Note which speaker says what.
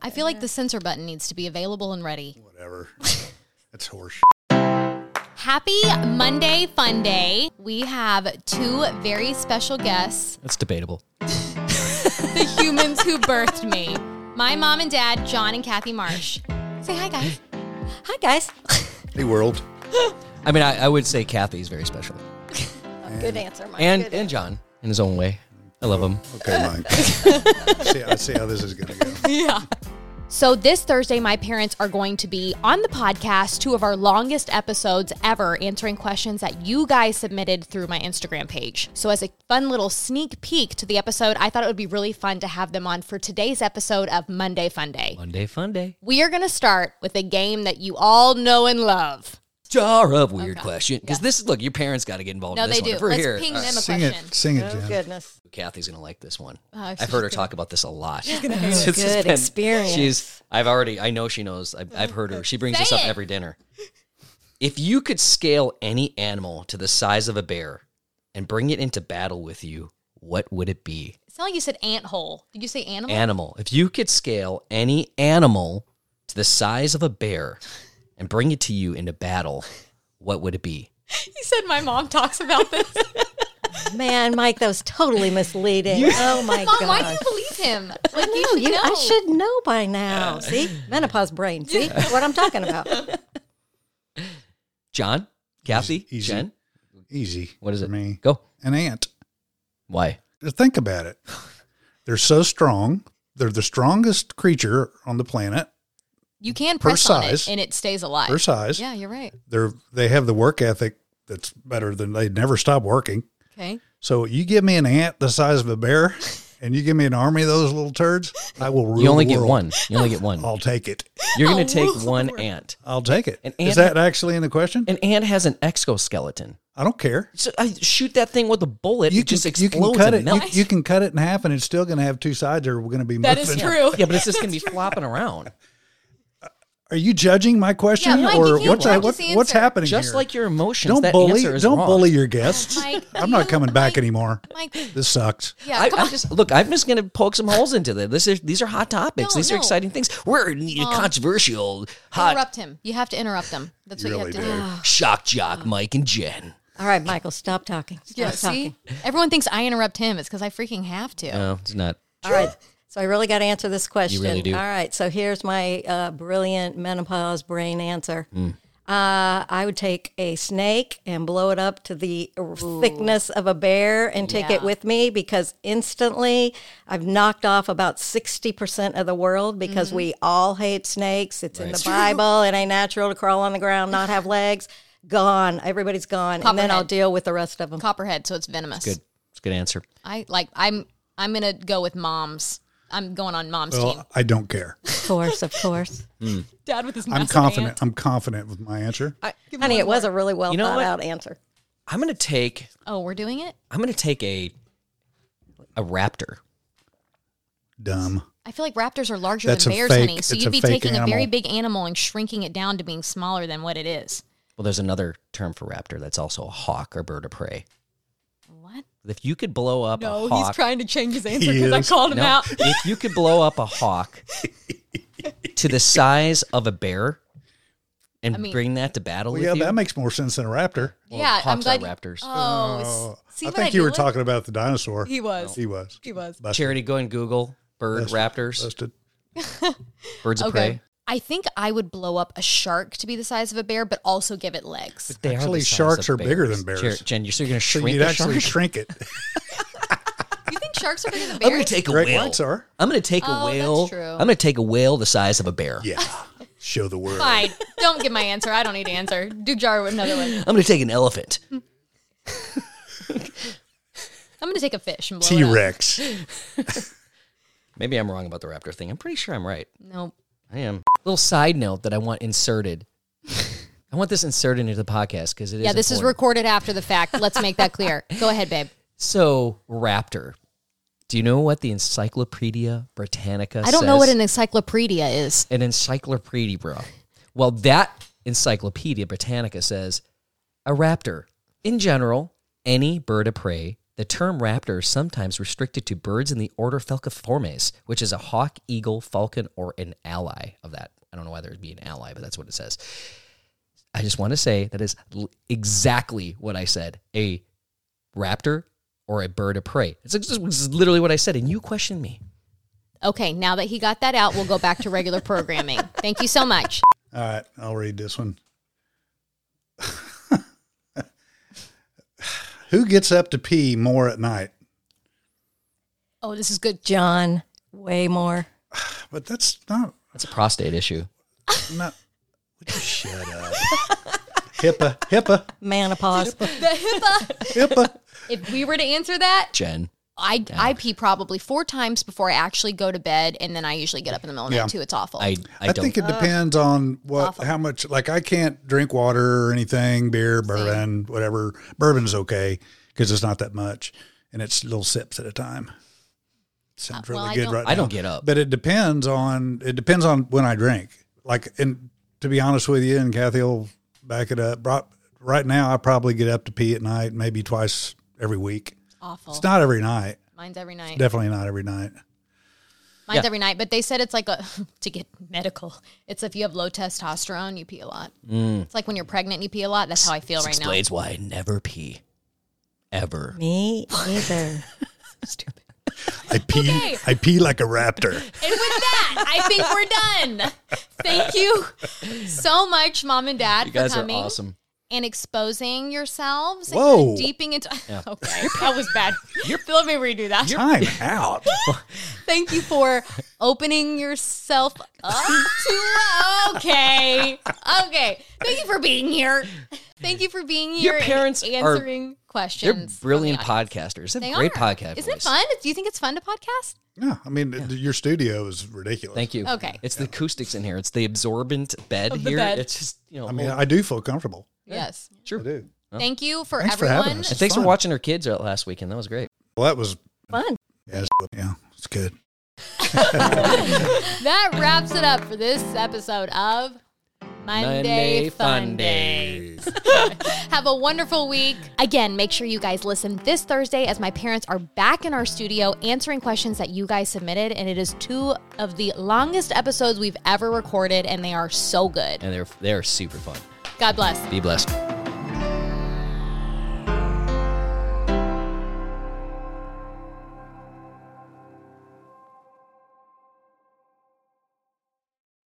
Speaker 1: I feel
Speaker 2: Uh-huh.
Speaker 1: like the censor button needs to be available and ready.
Speaker 3: Whatever. That's horse.
Speaker 1: Happy Monday Fun Day. We have two very special guests,
Speaker 4: That's debatable.
Speaker 1: the humans who birthed me. My mom and dad, John and Kathy Marsh. Say hi, guys.
Speaker 2: Hi guys.
Speaker 3: Hey, world.
Speaker 4: I mean, I, I would say Kathy's very special,
Speaker 2: Good answer, Mike.
Speaker 4: and
Speaker 2: Good
Speaker 4: and John in his own way. I love him.
Speaker 3: Okay, Mike. see, I see how this is going to go.
Speaker 1: So, this Thursday, my parents are going to be on the podcast, two of our longest episodes ever, answering questions that you guys submitted through my Instagram page. So, as a fun little sneak peek to the episode, I thought it would be really fun to have them on for today's episode of Monday Fun Day.
Speaker 4: Monday fun day.
Speaker 1: We are going to start with a game that you all know and love.
Speaker 4: Jar of weird question. Because this is look, your parents got to get involved.
Speaker 1: No,
Speaker 4: in this
Speaker 1: they
Speaker 4: one.
Speaker 1: do.
Speaker 4: If we're
Speaker 1: Let's
Speaker 4: here,
Speaker 1: ping
Speaker 4: uh,
Speaker 1: them a
Speaker 3: Sing
Speaker 1: question.
Speaker 3: it. Sing it, Jen.
Speaker 2: Goodness.
Speaker 4: Kathy's gonna like this one.
Speaker 1: Oh, she's
Speaker 4: I've heard
Speaker 1: gonna-
Speaker 4: her talk about this a lot. She's
Speaker 2: gonna have a good experience.
Speaker 4: She's. I've already. I know she knows. I've, I've heard her. She brings
Speaker 1: Say
Speaker 4: this up
Speaker 1: it.
Speaker 4: every dinner. If you could scale any animal to the size of a bear and bring it into battle with you, what would it be?
Speaker 1: It's not like you said ant hole. Did you say animal?
Speaker 4: animal. If you could scale any animal to the size of a bear and bring it to you into battle, what would it be?
Speaker 1: you said my mom talks about this.
Speaker 2: Man, Mike, that was totally misleading. oh my
Speaker 1: mom, why do
Speaker 2: god.
Speaker 1: you believe him?
Speaker 2: I
Speaker 1: Like, you
Speaker 2: know,
Speaker 1: should
Speaker 2: you,
Speaker 1: know.
Speaker 2: I should know by now. See? Menopause brain. See what I'm talking about.
Speaker 4: John, Kathy,
Speaker 3: Easy.
Speaker 4: Jen,
Speaker 3: Easy.
Speaker 4: what is
Speaker 3: for
Speaker 4: it?
Speaker 3: Me.
Speaker 4: Go.
Speaker 3: An ant.
Speaker 4: Why?
Speaker 3: Just Think about it. They're so strong. They're the strongest creature on the planet
Speaker 1: You can
Speaker 3: Per
Speaker 1: press on it
Speaker 3: size.
Speaker 1: and it stays alive.
Speaker 3: per size.
Speaker 1: Yeah, you're right.
Speaker 3: They're they have the work ethic that's better than they never stop working.
Speaker 1: Okay.
Speaker 3: So you give me an ant the size of a bear, and you give me an army of those little turds, I will rule.
Speaker 4: You only
Speaker 3: the
Speaker 4: get
Speaker 3: world. Oh.
Speaker 4: one. You only get one.
Speaker 3: I'll take it.
Speaker 4: You're gonna take one ant.
Speaker 3: I'll take it. Is
Speaker 4: An ant-
Speaker 3: that actually in the question?
Speaker 4: An ant has an exoskeleton.
Speaker 3: I don't care.
Speaker 4: So I shoot that thing with a bullet. it just explodes
Speaker 3: cut
Speaker 4: and
Speaker 3: it. You,
Speaker 4: melts.
Speaker 3: you can cut it in half, and it's still going to have two sides, or we're going to be
Speaker 1: That is
Speaker 3: muffin.
Speaker 1: true.
Speaker 4: yeah, but it's just gonna be flopping around,
Speaker 3: Are you judging my question,
Speaker 1: Mike, you
Speaker 3: or
Speaker 1: can't
Speaker 3: what's
Speaker 1: judge
Speaker 3: what-
Speaker 1: the
Speaker 3: what's
Speaker 1: answer.
Speaker 3: happening
Speaker 4: just
Speaker 3: here?
Speaker 4: like your emotions.
Speaker 3: don't
Speaker 4: that
Speaker 3: bully,
Speaker 4: answer is
Speaker 3: don't
Speaker 4: wrong.
Speaker 3: bully your guests.
Speaker 1: Mike,
Speaker 3: I'm not
Speaker 1: you-
Speaker 3: coming back
Speaker 1: Mike-
Speaker 3: anymore.
Speaker 1: Mike,
Speaker 3: This sucks.
Speaker 1: yeah,
Speaker 4: I,
Speaker 1: come
Speaker 4: I'm
Speaker 1: on.
Speaker 4: just look. I'm just gonna poke some holes into them. This is these are hot topics.
Speaker 1: No,
Speaker 4: these
Speaker 1: no. Um,
Speaker 4: are exciting things. We're in a controversial, hot
Speaker 1: interrupt him. You have to interrupt him. That's what
Speaker 3: You
Speaker 1: you
Speaker 3: really
Speaker 1: have to do.
Speaker 3: do.
Speaker 4: shock jock, Mike and Jen.
Speaker 2: All right, Michael, stop talking. Stop
Speaker 1: Yeah,
Speaker 2: talking.
Speaker 1: see? Everyone thinks I interrupt him. It's because I freaking have to.
Speaker 4: No, it's not.
Speaker 2: All right. So I really got to answer this question.
Speaker 4: really do.
Speaker 2: All right. So here's my uh, brilliant menopause brain answer.
Speaker 4: Hmm.
Speaker 2: Uh, I would take a snake and blow it up to the thickness of a bear and take it
Speaker 1: Yeah.
Speaker 2: with me because instantly I've knocked off about 60% of the world because we all hate snakes. It's in the Bible. It ain't natural to crawl on the ground, not have legs. Gone. Everybody's gone. and then I'll
Speaker 1: Copperhead.
Speaker 2: deal with the rest of them.
Speaker 1: Copperhead, so it's venomous.
Speaker 4: Good. It's a good answer.
Speaker 1: I like. I'm. I'm gonna go with mom's. I'm going on mom's team.
Speaker 3: Well, I don't care.
Speaker 2: Of course, of course.
Speaker 1: Dad with his.
Speaker 3: I'm
Speaker 1: massive
Speaker 3: confident.
Speaker 1: ant.
Speaker 3: I'm confident with my answer.
Speaker 2: Honey, it was a really well
Speaker 4: know
Speaker 2: thought
Speaker 4: what?
Speaker 2: out answer.
Speaker 4: I'm gonna take.
Speaker 1: Oh, we're doing it.
Speaker 4: I'm gonna take a a raptor.
Speaker 3: Dumb.
Speaker 1: I feel like raptors are larger
Speaker 3: That's
Speaker 1: than
Speaker 3: a
Speaker 1: bears,
Speaker 3: fake-
Speaker 1: honey. So
Speaker 3: it's
Speaker 1: you'd
Speaker 3: a
Speaker 1: be
Speaker 3: fake
Speaker 1: taking a very
Speaker 3: animal.
Speaker 1: big animal and shrinking it down to being smaller than what it is.
Speaker 4: Well, there's another term for raptor that's also a hawk or bird of prey.
Speaker 1: What?
Speaker 4: If you could blow up a hawk,
Speaker 1: trying to change his answer
Speaker 3: 'cause I is.
Speaker 1: called
Speaker 4: No, if you could blow up a hawk to the size of a bear and
Speaker 1: mean-
Speaker 4: bring that to battle
Speaker 3: Well,
Speaker 4: with
Speaker 3: yeah,
Speaker 4: you,
Speaker 3: that makes more sense than a raptor. Uh,
Speaker 4: Well,
Speaker 1: yeah, I'm
Speaker 4: hawks are
Speaker 1: glad.
Speaker 4: raptors.
Speaker 1: Oh, s- see
Speaker 3: I
Speaker 1: what
Speaker 3: think you were
Speaker 1: did?
Speaker 3: talking about the dinosaur.
Speaker 1: He was.
Speaker 3: He was.
Speaker 1: He was.
Speaker 3: Busted.
Speaker 4: Charity, go and Google bird raptors,
Speaker 3: Busted.
Speaker 4: birds of
Speaker 1: Okay.
Speaker 4: prey.
Speaker 1: I think I would blow up a shark to be the size of a bear, but also give it legs.
Speaker 4: They
Speaker 3: Actually,
Speaker 4: the size
Speaker 3: sharks
Speaker 4: of
Speaker 3: are bigger
Speaker 4: bears.
Speaker 3: than bears.
Speaker 4: Jen, Jen, you're, so you're going to
Speaker 3: So
Speaker 4: shrink
Speaker 3: you'd
Speaker 4: the
Speaker 3: actually
Speaker 4: shark?
Speaker 3: shrink it.
Speaker 1: you think sharks are bigger than
Speaker 4: I'm going
Speaker 1: bears?
Speaker 4: to take a
Speaker 3: Great
Speaker 4: whale.
Speaker 3: whites are.
Speaker 4: I'm going to take
Speaker 1: Oh,
Speaker 4: a
Speaker 1: that's
Speaker 4: whale.
Speaker 1: true.
Speaker 4: I'm going to take a whale the size of a bear.
Speaker 3: Yeah. Show the world.
Speaker 1: Fine. Don't give my answer. I don't need to answer. Do jar with another one.
Speaker 4: I'm going to take an elephant.
Speaker 1: I'm going to take a fish and blow
Speaker 3: T
Speaker 1: it up.
Speaker 3: Rex.
Speaker 4: Maybe I'm wrong about the raptor thing. I'm pretty sure I'm right.
Speaker 1: Nope.
Speaker 4: I am. Little side note that I want inserted. I want this inserted into the podcast because it is.
Speaker 1: Yeah, this is
Speaker 4: important.
Speaker 1: recorded after the fact. Let's make that clear. Go ahead, babe.
Speaker 4: so raptor. Do you know what the Encyclopedia Britannica?
Speaker 1: I don't know what
Speaker 4: says?
Speaker 1: an encyclopedia is.
Speaker 4: an encyclopedia, bro. Well, that Encyclopedia Britannica says a raptor, in general, any bird of prey that The term raptor is sometimes restricted to birds in the order Falciformes, which is a hawk, eagle, falcon, or an ally of that. I don't know why there would be an ally, but that's what it says. I just want to say that is l- exactly what I said. A raptor or a bird of prey. It's, ex- it's literally what I said, and you questioned me.
Speaker 1: Okay, now that he got that out, we'll go back to regular programming. Thank you so much.
Speaker 3: All right, I'll read this one. Who gets up to pee more at night?
Speaker 1: Oh, this is good.
Speaker 2: John, way more.
Speaker 3: But that's not
Speaker 4: That's a prostate issue.
Speaker 3: not. Would you shut up? HIPAA, HIPAA,
Speaker 2: Menopause.
Speaker 3: HIPAA.
Speaker 1: If we were to answer that,
Speaker 4: Jen.
Speaker 1: I I pee probably four times before I actually go to bed, and then I usually get up in the middle of the
Speaker 3: Yeah.
Speaker 1: night too. It's awful.
Speaker 4: I, I,
Speaker 3: I,
Speaker 4: don't
Speaker 3: think it depends on what, how much. Like, I can't drink water or anything, beer, bourbon, whatever. Bourbon's okay because it's not that much, and it's little sips at a time. Sounds
Speaker 1: Uh, well,
Speaker 3: really
Speaker 1: I
Speaker 3: good,
Speaker 1: don't-
Speaker 3: right?
Speaker 4: I
Speaker 3: now.
Speaker 4: don't get up.
Speaker 3: But it depends on it depends on when I drink. Like, and to be honest with you, and Kathy will back it up. bro- Right now, I probably get up to pee at night, maybe twice every week.
Speaker 1: awful.
Speaker 3: It's not every night.
Speaker 1: Mine's every night.
Speaker 3: Definitely not every night.
Speaker 1: Mine's
Speaker 4: Yeah.
Speaker 1: every night. But they said it's like a to get medical. It's if you have low testosterone, you pee a lot.
Speaker 4: Mm.
Speaker 1: It's like when you're pregnant and you pee a lot. That's how I feel right now.
Speaker 4: explains why I never pee. Ever.
Speaker 2: Me either.
Speaker 4: Stupid.
Speaker 3: I pee.
Speaker 1: Okay.
Speaker 3: I pee like a raptor.
Speaker 1: And with that, I think we're done. Thank you so much, mom and dad,
Speaker 4: You guys
Speaker 1: for
Speaker 4: are
Speaker 1: coming
Speaker 4: awesome.
Speaker 1: and exposing yourselves. and
Speaker 3: Whoa.
Speaker 1: kinda deeping into. okay, that was bad. Let me redo that.
Speaker 3: Time out.
Speaker 1: Thank you for opening yourself up to. Okay, okay. Thank you for being here. Thank you for being here.
Speaker 4: Your
Speaker 1: and
Speaker 4: parents are-
Speaker 1: answering questions.
Speaker 4: They're
Speaker 1: from the
Speaker 4: brilliant
Speaker 1: audience.
Speaker 4: podcasters. They
Speaker 1: They
Speaker 4: have great
Speaker 1: are.
Speaker 4: podcast
Speaker 1: Isn't it
Speaker 4: voice.
Speaker 1: fun? Do you think it's fun to podcast?
Speaker 3: Yeah, I mean, th- your studio is ridiculous.
Speaker 4: Thank you.
Speaker 1: Okay.
Speaker 4: It's the acoustics in here. It's the absorbent bed
Speaker 1: Of the
Speaker 4: here.
Speaker 1: bed.
Speaker 4: It's just, you know,
Speaker 3: I mean,
Speaker 4: whole-
Speaker 3: I do feel comfortable.
Speaker 1: Yes.
Speaker 4: sure.
Speaker 3: I do.
Speaker 1: Thank you for
Speaker 3: Thanks for having
Speaker 1: everyone.
Speaker 3: us.
Speaker 4: And thanks
Speaker 3: Fun.
Speaker 4: for watching our kids out last weekend. That was great.
Speaker 3: Well, that was
Speaker 2: Fun.
Speaker 3: yeah, it's- yeah, it's good.
Speaker 1: that wraps it up for this episode of Monday, Fun Day. Have a wonderful week. Again, make sure you guys listen this Thursday as my parents are back in our studio answering questions that you guys submitted. And it is two of the longest episodes we've ever recorded, and they are so good.
Speaker 4: And they're they're super fun.
Speaker 1: God bless.
Speaker 4: Be blessed.